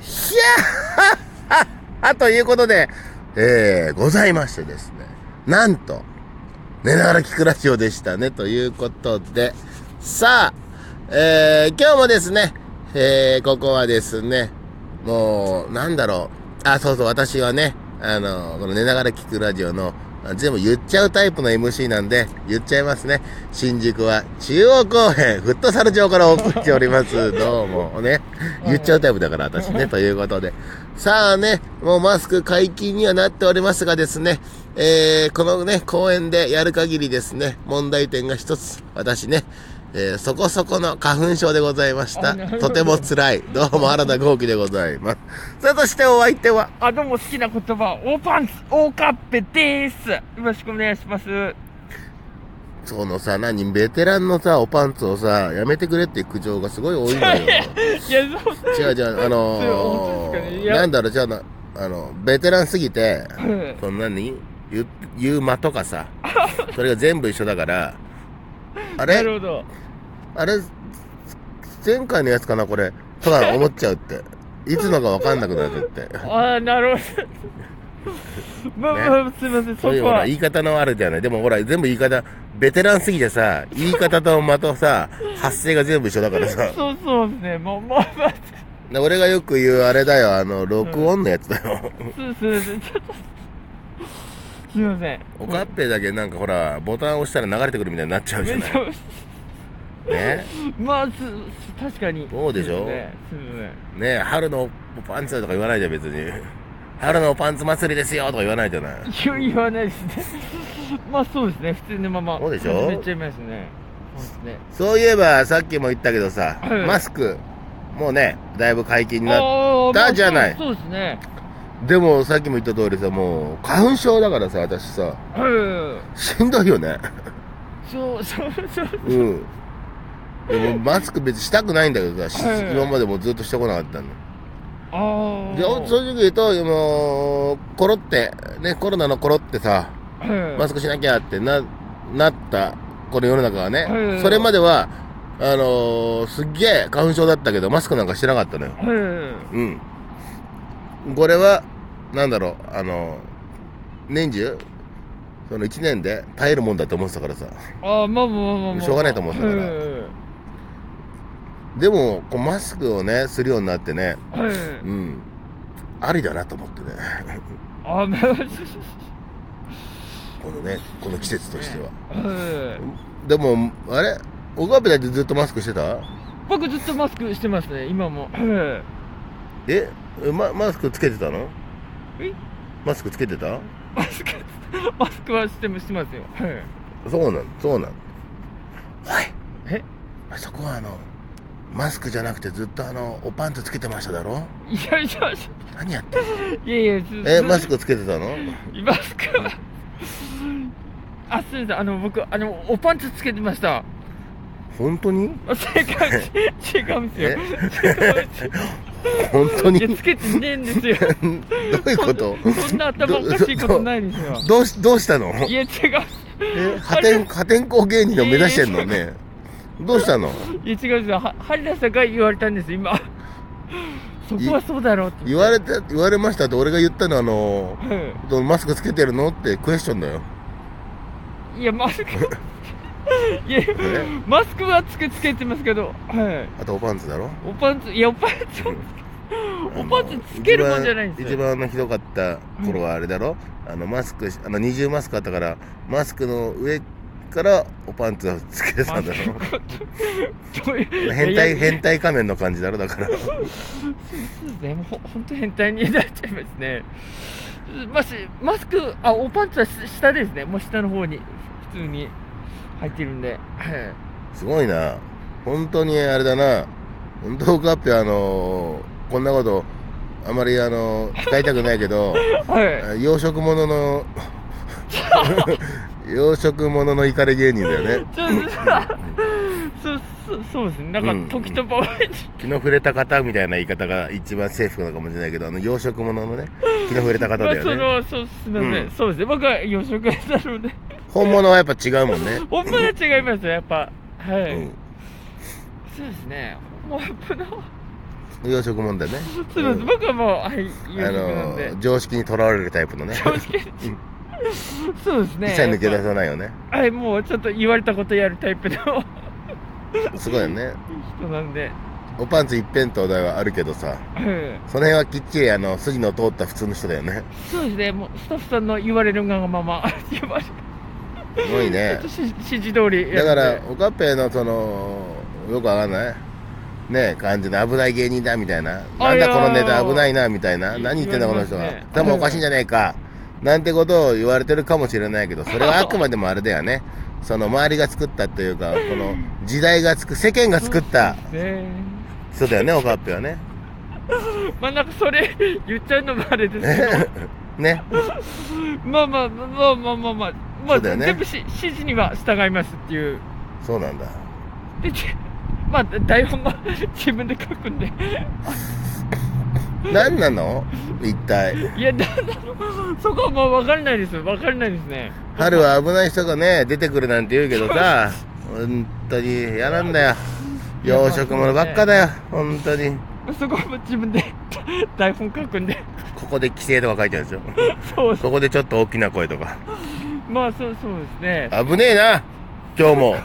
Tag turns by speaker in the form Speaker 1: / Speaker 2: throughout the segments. Speaker 1: しゃーあということで、えー、ございましてですね。なんと、寝ながら聞くラジオでしたね。ということで、さあ、えー、今日もですね、えー、ここはですね、もう、なんだろう。あ、そうそう、私はね、あの、この寝ながら聞くラジオの、あ全部言っちゃうタイプの MC なんで、言っちゃいますね。新宿は中央公園、フットサル場からお送りしております。どうもね。言っちゃうタイプだから、私ね。ということで。さあね、もうマスク解禁にはなっておりますがですね、えー、このね、公演でやる限りですね、問題点が一つ、私ね、えーそこそこの花粉症でございました。
Speaker 2: あなるほど
Speaker 1: とても辛い。どうも原田豪輝でございます。さあ、そしてお相手は、
Speaker 2: あ、どうも好きな言葉、オーパンツ、オーカッペです。よろしくお願いします。
Speaker 1: そのさ、何、ベテランのさ、おパンツをさ、やめてくれっていう苦情がすごい多いの よ。
Speaker 2: いや、そう、
Speaker 1: 違う違う、あの
Speaker 2: そう確かに
Speaker 1: ー、
Speaker 2: いや
Speaker 1: なんだろう、じゃあな、あの、ベテランすぎて、
Speaker 2: うん
Speaker 1: そんなに言う、言う間とか さ、それが全部一緒だから、あ
Speaker 2: なる
Speaker 1: れ
Speaker 2: ほど。
Speaker 1: あれ、前回のやつかな、これ、とか思っちゃう って。いつのかわかんなくなるって。
Speaker 2: あー、なるほど。まあ、
Speaker 1: ね
Speaker 2: まあ、すいません、そ
Speaker 1: そういう
Speaker 2: こ
Speaker 1: ほら
Speaker 2: は。
Speaker 1: 言い方のあるじゃない。でもほら、全部言い方、ベテランすぎてさ、言い方と間とさ、発声が全部一緒だからさ。
Speaker 2: そうそうですね、もう、もう、まあ、
Speaker 1: で俺がよく言うあれだよ、あの、録音のやつだよ。
Speaker 2: すすいません、ちょっと。すいません。
Speaker 1: おかっぺだけなんかほら、ボタン押したら流れてくるみたいになっちゃうじゃ
Speaker 2: め
Speaker 1: な
Speaker 2: っ
Speaker 1: い
Speaker 2: ち。ゃ、
Speaker 1: ね
Speaker 2: まあ、す、確かに。
Speaker 1: そうでしょ
Speaker 2: すいません。
Speaker 1: ね春のパンツとか言わないじゃん、別に。春のパンツ祭りですよとか言わないじゃない。
Speaker 2: すいません。言わないですね。まあ、そうですね、普通のまま。
Speaker 1: そうでしょ
Speaker 2: めっちゃいますね。そうですね。
Speaker 1: そういえば、さっきも言ったけどさ、
Speaker 2: はい
Speaker 1: マスク、もうね、だいぶ解禁になっ
Speaker 2: あーまあ
Speaker 1: じゃない
Speaker 2: そうそうですね。
Speaker 1: でもさっきも言った通りさ、もう、花粉症だからさ、私さ、
Speaker 2: うん。
Speaker 1: しんどいよね。
Speaker 2: そう、そう、そう。
Speaker 1: うん。でもマスク別にしたくないんだけどさ、し
Speaker 2: はい
Speaker 1: 今までもずっとしてこなかったの。
Speaker 2: ああ。
Speaker 1: で正直言うと、もう、コロって、ね、コロナのコロってさ、
Speaker 2: うん。
Speaker 1: マスクしなきゃってな、なった、この世の中は
Speaker 2: う
Speaker 1: ね、
Speaker 2: ん
Speaker 1: それまでは、あのーすっげえ花粉症だったけど、マスクなんかしてなかったのよ。
Speaker 2: うん。
Speaker 1: うん。これは、なんだろう、あのー年中、その1年で耐えるもんだと思ってたからさ。
Speaker 2: ああ、まあまあまあまあ、
Speaker 1: しょうがないと思ってたから
Speaker 2: うん。
Speaker 1: でも、こうマスクをね、するようになってね、
Speaker 2: う。
Speaker 1: うんん。ありだなと思ってね。
Speaker 2: ああ、まあ、
Speaker 1: このね、この季節としては。
Speaker 2: うん。
Speaker 1: でも、あれ小川部だってずっとマスクしてた
Speaker 2: 僕ずっとマスクしてますね、今も。うん。
Speaker 1: え、ま、マスクつけてたの
Speaker 2: え
Speaker 1: マスクつけてた
Speaker 2: マスク、マスクはしてもしてますよ。うん。
Speaker 1: そうなん、そうなん。はい。
Speaker 2: え
Speaker 1: あそこはあの、マスクじゃなくてずっとあの、おパンツつけてましただろ
Speaker 2: いやいや、
Speaker 1: 何やってんの
Speaker 2: いやいや、ず
Speaker 1: え、マスクつけてたの
Speaker 2: マスクは。あ、すみません、あの、僕、あの、おパンツつけてました。
Speaker 1: 本当に
Speaker 2: あ正解、違うんですよ。違うんですよ。
Speaker 1: 本当に
Speaker 2: いや、
Speaker 1: ど
Speaker 2: つけてねえ んですよ。
Speaker 1: ういうこと
Speaker 2: そんな頭おかしいことないですよ。
Speaker 1: どうし、どうしたの
Speaker 2: いや、違う。
Speaker 1: え、破天、破天荒芸人を目指してんのね。どうしたの
Speaker 2: いや、違うんですよ。は春田さんが言われたんです、今。そこはそうだろうって。
Speaker 1: 言われて、言われましたって俺が言ったのはあの、
Speaker 2: う
Speaker 1: どうマスクつけてるのってクエスチョンだよ。
Speaker 2: ん。いや、マス ク。いや
Speaker 1: え、
Speaker 2: マスクはつけつけてますけど、はい。
Speaker 1: あとおパンツだろ
Speaker 2: おパンツ、いや、おパンツ、おパンツつけるもんじゃないんです
Speaker 1: 一
Speaker 2: よ。
Speaker 1: 番一番あのひどかった頃はあれだろ、あのマスクしあの二重マスクあったからマスクの上からおパンツをつけてたんだろ
Speaker 2: どういう
Speaker 1: 変
Speaker 2: いやい
Speaker 1: 態
Speaker 2: や
Speaker 1: 変態仮面の感じだろだから
Speaker 2: そうですね、もうほほんと変態になっちゃいますね。マスマスク、あ、おパンツはし下ですね、もう下の方に、普通に入ってるんで。はい
Speaker 1: すごいな本当にあれだな本当カッペあのこんなことあまりあの使いたくないけ ど
Speaker 2: はい。
Speaker 1: 養殖物の 養殖物のイカレ芸人だよね
Speaker 2: ちょそうそうそうですね、な
Speaker 1: うんん
Speaker 2: か時と場合に、
Speaker 1: 気の触れた方みたいな言い方が一番セーフなのかもしれないけどあの養殖物の ね気の触れた方
Speaker 2: ま
Speaker 1: だ
Speaker 2: あ
Speaker 1: よ
Speaker 2: そ
Speaker 1: ね
Speaker 2: の、そうすみません、
Speaker 1: うん
Speaker 2: そうですね、僕は養殖屋 なので、
Speaker 1: 本物はやっぱ違うもん ね
Speaker 2: 本物は違いますよ、やっぱ。はい。
Speaker 1: うん
Speaker 2: そうですね、もうやっぱの、
Speaker 1: 養殖問題ね。
Speaker 2: すみません、僕はもう、はい、
Speaker 1: う
Speaker 2: 有
Speaker 1: んあ
Speaker 2: 職なんで
Speaker 1: の、。常識にとらわれるタイプのね。
Speaker 2: 正直。そうで
Speaker 1: 一
Speaker 2: すね。
Speaker 1: 切抜け出さないよね。
Speaker 2: はい、もうちょっと言われたことやるタイプの
Speaker 1: すごいよね。
Speaker 2: 人なんで。
Speaker 1: おパンツ一辺倒ではあるけどさ、
Speaker 2: うん
Speaker 1: その辺はきっちりあの筋の通った普通の人だよね。
Speaker 2: そうですね、もうスタッフさんの言われるがまま、言われ
Speaker 1: すごいね
Speaker 2: ちょっと。 指指示通りやって
Speaker 1: だから、オカペのその、よくわかんないね感じで危ない芸人だみたいな。なんだこのネタ危ないなみたいな。
Speaker 2: いや
Speaker 1: 何言ってんだこの人
Speaker 2: 言わ
Speaker 1: は
Speaker 2: れますね。
Speaker 1: 多分おかしいんじゃねえか。なんてことを言われてるかもしれないけど、それはあくまでもあれだよね。その周りが作ったというか、この時代がつく、世間が作った
Speaker 2: ね
Speaker 1: 人だよ ね、オカペはね。
Speaker 2: まあなんかそれ 言っちゃうのもあれですけど、
Speaker 1: ね。
Speaker 2: まあまあまあまあまあまあ、ま
Speaker 1: そ
Speaker 2: あ、
Speaker 1: うだよね
Speaker 2: 全部し指示には従いますっていう。
Speaker 1: そうなんだ。
Speaker 2: で、ちまあ台本も 自分で書くんで、
Speaker 1: 何なの一体。
Speaker 2: いや、だだろそこはもう分からないですよ、分からないですね。
Speaker 1: 春は危ない人がね、出てくるなんて言うけどさ、本当に嫌なんだよ。養殖物ばっかだよ、本当に。
Speaker 2: そこはもう自分で 台本書くんで、
Speaker 1: ここで規制とか書いてあるでしょ。
Speaker 2: そう
Speaker 1: ここでちょっと大きな声とか。
Speaker 2: まあそうそうですね。
Speaker 1: 危ねえな、今日も。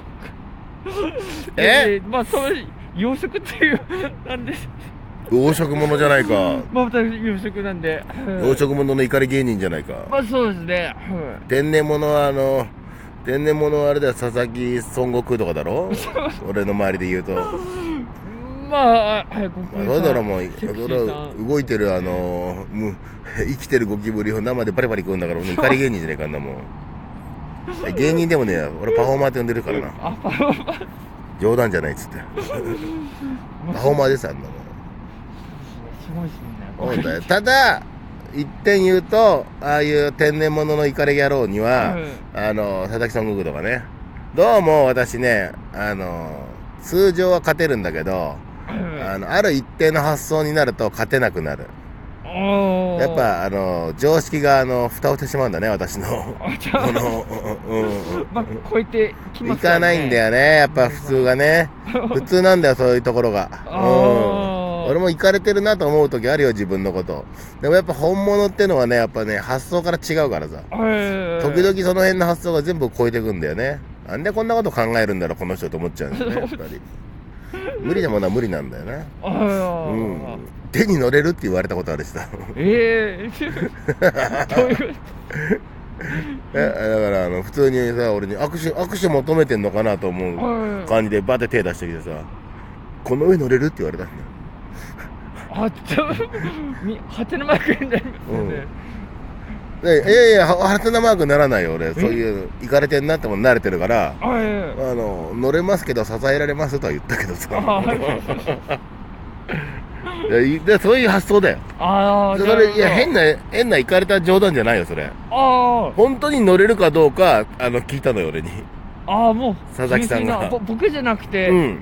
Speaker 1: え
Speaker 2: でまあそれ養殖っていう、なんです。
Speaker 1: 養殖物じゃないか。
Speaker 2: まあ私養殖なんで。はい
Speaker 1: 養殖物の怒り芸人じゃないか。
Speaker 2: まあそうですね。はい
Speaker 1: 天然物はあの、天然物はあれだよ、佐々木孫悟空とかだろ俺の周りで言うと。
Speaker 2: まあ、あはい、こ
Speaker 1: まあ、だから
Speaker 2: も
Speaker 1: もう、
Speaker 2: セクシー
Speaker 1: だから動いてるあのむ 生きてるゴキブリを生でバリバリ食うんだから、もう怒り芸人じゃねえかあんなもん。芸人でもね、俺パフォーマーって呼んでるからな。
Speaker 2: あ、パフォーマンス
Speaker 1: 冗談じゃないっつって。パフォーマーです、あんな
Speaker 2: すごいですも
Speaker 1: もん。
Speaker 2: ん
Speaker 1: そう
Speaker 2: ね。
Speaker 1: だよただ、一点言うと、ああいう天然物の怒り野郎には、あの、佐々木さんごくとかね、どうも私ね、あの、通常は勝てるんだけど、あの、ある一定の発想になると勝てなくなる。
Speaker 2: おー
Speaker 1: やっ、ぱあの常識があの蓋をしてしまうんだね私の
Speaker 2: あじゃ
Speaker 1: こ
Speaker 2: あ、
Speaker 1: のうんうん
Speaker 2: まあ、超えてきま
Speaker 1: 行
Speaker 2: すら
Speaker 1: かないんだよねやっぱ普通がね普通なんだよそういうところが
Speaker 2: あ
Speaker 1: うん
Speaker 2: ー
Speaker 1: 俺も行かれてるなと思う時あるよ自分のことでもやっぱ本物ってのはねやっぱね発想から違うからさ
Speaker 2: はい
Speaker 1: 時々その辺の発想が全部超えてくんだよねなんでこんなこと考えるんだろうこの人と思っちゃうんだよ ねやっぱり無理なものは無理なんだよね
Speaker 2: あー
Speaker 1: うん手に乗れるって言われたことあるしさ
Speaker 2: ええどう いうこ
Speaker 1: えだからあの普通にさ俺に握手握手求めてんのかなと
Speaker 2: と
Speaker 1: 思う
Speaker 2: はい
Speaker 1: 感じでバッて手出してきてさ「この上乗れる?」って言われたんだよ
Speaker 2: あちょみハテナマークになりますよね。
Speaker 1: でいやいやハテナマークにならないよ俺そういう行かれてんなってもん慣れてるから「
Speaker 2: あ
Speaker 1: あ
Speaker 2: ー
Speaker 1: の乗れますけど支えられます」とは言ったけど さ
Speaker 2: あー
Speaker 1: いやいでそういう発想だよ
Speaker 2: あー、
Speaker 1: それいや
Speaker 2: なるほ
Speaker 1: 変な変な行かれた冗談じゃないよそれ
Speaker 2: どあー
Speaker 1: 本当に乗れるかどうかあの聞いたのよ俺に
Speaker 2: ああもう
Speaker 1: 佐々木さんが
Speaker 2: 純粋なぼ僕じゃなくて、
Speaker 1: うん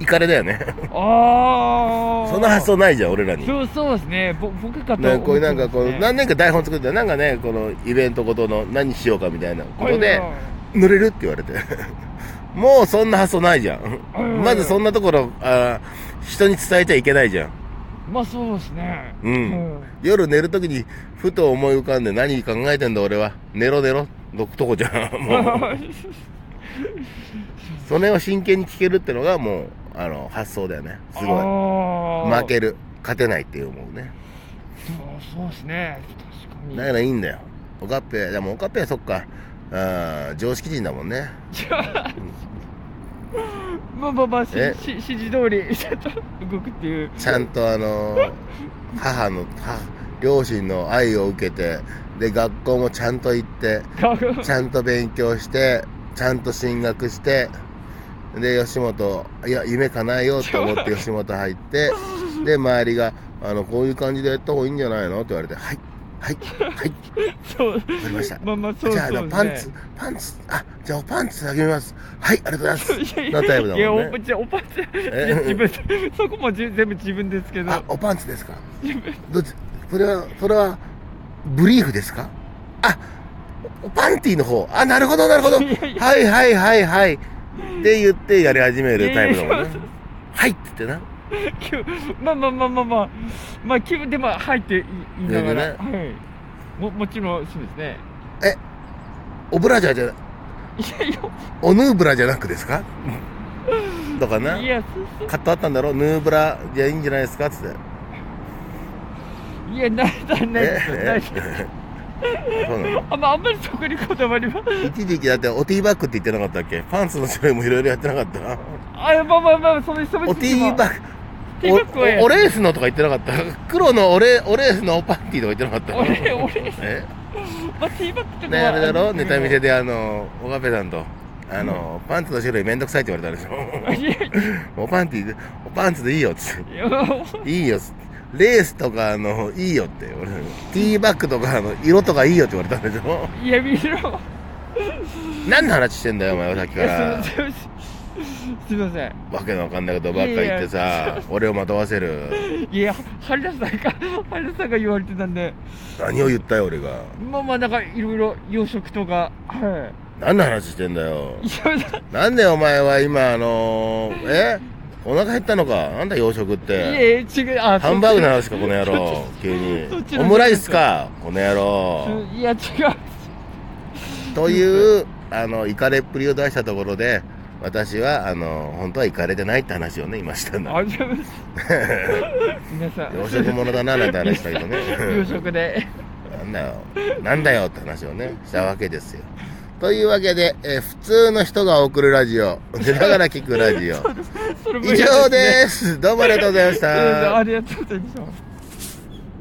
Speaker 1: 行かれだよね
Speaker 2: ああ
Speaker 1: そんな発想ないじゃん俺らに
Speaker 2: そうそうですねぼ僕か と
Speaker 1: ね、こういうなんかこう何
Speaker 2: で
Speaker 1: 年か台本作ってなんかねこのイベントごとの何しようかみたいなここで乗れるって言われて もうそんな発想ないじゃ
Speaker 2: いはいは
Speaker 1: ん
Speaker 2: い
Speaker 1: まずそんなところあー人に伝えちゃいけないじゃん
Speaker 2: まあそうですね
Speaker 1: うん 夜寝るときにふと思い浮かんで何考えてんだ俺は寝ろ寝ろどとこじゃ んもうそれを真剣に聞けるってのがもうあの発想だよねすごい
Speaker 2: い
Speaker 1: 負ける勝てないって思うね
Speaker 2: そうそうですね確かに
Speaker 1: だからいいんだよオカッペでもオカッペはそっかあー常識人だもんね
Speaker 2: じゃあまあまあまあし
Speaker 1: え
Speaker 2: し指示通り ちょっと動くっていう
Speaker 1: ちゃんとあのー母の母両親の愛を受けてで学校もちゃんと行って
Speaker 2: 顔が
Speaker 1: ちゃんと勉強してちゃんと進学してで吉本いや夢叶えようと思 って吉本入ってで周りがあのこういう感じでやった方がいいんじゃないのって言われてはいはいはい
Speaker 2: そう
Speaker 1: わかりました
Speaker 2: まあまあ そう
Speaker 1: じ
Speaker 2: そ
Speaker 1: ゃああ
Speaker 2: うで
Speaker 1: の
Speaker 2: すね
Speaker 1: パンツパンツあじゃあおパンツあげますはいありがとうございますなタイプだもんね
Speaker 2: いやおじゃあおパンツ
Speaker 1: え
Speaker 2: いや自分 そこもじゅ全部自分ですけど
Speaker 1: あ、おパンツですか。どっち、それは、それは、ブリーフですか。あ、おパンティーの方、あ、なるほど、なるほど。はいい
Speaker 2: やい
Speaker 1: はいはいはい。って言ってやり始めるタイプだもん
Speaker 2: いやい
Speaker 1: ね
Speaker 2: や。
Speaker 1: はいって言ってな。
Speaker 2: 気分 まあまあまあまあまあ、まあ、気分でも入っていいながら、
Speaker 1: いいよ
Speaker 2: はい、ももちろんそうですね
Speaker 1: オブラジャーじゃ、
Speaker 2: いやい
Speaker 1: おヌーブラじゃなくですかとかな
Speaker 2: や。いやそうそう
Speaker 1: カットあったんだろヌーブラじゃいいんじゃないですかっつって。
Speaker 2: いや、ない、ない、ないですよ、
Speaker 1: え
Speaker 2: ないですよ。
Speaker 1: えそうなの
Speaker 2: あんま、あんまりそこにこだわりは。
Speaker 1: 一時期だっておティーバッグって言ってなかったっけパンツの種類もいろいろやってなか ったな。
Speaker 2: あ、いやまあまあまあ、その、その
Speaker 1: おティーバ
Speaker 2: ッ
Speaker 1: ッグ。
Speaker 2: ティーバッグはや
Speaker 1: おおレースのとか言ってなかった 黒のオレオレースのおパンティーとか言ってなか
Speaker 2: オ
Speaker 1: った
Speaker 2: レオレ
Speaker 1: え
Speaker 2: まあ、ティーバッグとか
Speaker 1: ね
Speaker 2: は。
Speaker 1: あれだろ
Speaker 2: の
Speaker 1: ネタ見せ。であのオガペさんとあの、パンツの種類めんどくさいって言われた でし
Speaker 2: いやい
Speaker 1: ょおパンティーでおパンツでいいよっつっ
Speaker 2: や、いや
Speaker 1: ていいよっつってレースとかあのいいよって俺ティーバッグとかあの色とかいいよって言われたんでしょ
Speaker 2: いや、見ろ。
Speaker 1: 何の話してんだよお前はさっき
Speaker 2: い
Speaker 1: か
Speaker 2: や
Speaker 1: ら
Speaker 2: すいません。すいません。
Speaker 1: わけのわかんないことばっか言って
Speaker 2: いやい
Speaker 1: さ俺をまとわせる
Speaker 2: いや、春田さんが、春田さんが言われてたんで。
Speaker 1: 何を言ったよ俺が
Speaker 2: まあまあ、なんか、いろいろ養殖とか。は
Speaker 1: 何の話してんだよ
Speaker 2: い。いや、
Speaker 1: なんでお前は今あのー、えお腹減ったのかなんだ洋食っ
Speaker 2: い
Speaker 1: て
Speaker 2: や、違う、あ、
Speaker 1: ハンバーグの
Speaker 2: な。
Speaker 1: 話かこの野郎急
Speaker 2: そっち
Speaker 1: に
Speaker 2: の
Speaker 1: オムライスかこの野郎
Speaker 2: いや、違う。
Speaker 1: というあのイカれっぷりを出したところで私はあの本当はイカれてないって話をね今したんだ
Speaker 2: あ、すいません。皆さ ん。
Speaker 1: 洋食ものだななんて話したけどね
Speaker 2: 夕 食で。
Speaker 1: なんだよなんだよって話をねしたわけですよというわけで、えー普通の人が送るラジオ寝ながら聞くラジオ
Speaker 2: それも
Speaker 1: 以
Speaker 2: 嫌
Speaker 1: 上
Speaker 2: すね
Speaker 1: ですどうもありがとうございまし
Speaker 2: うん
Speaker 1: た
Speaker 2: ありがとうございます。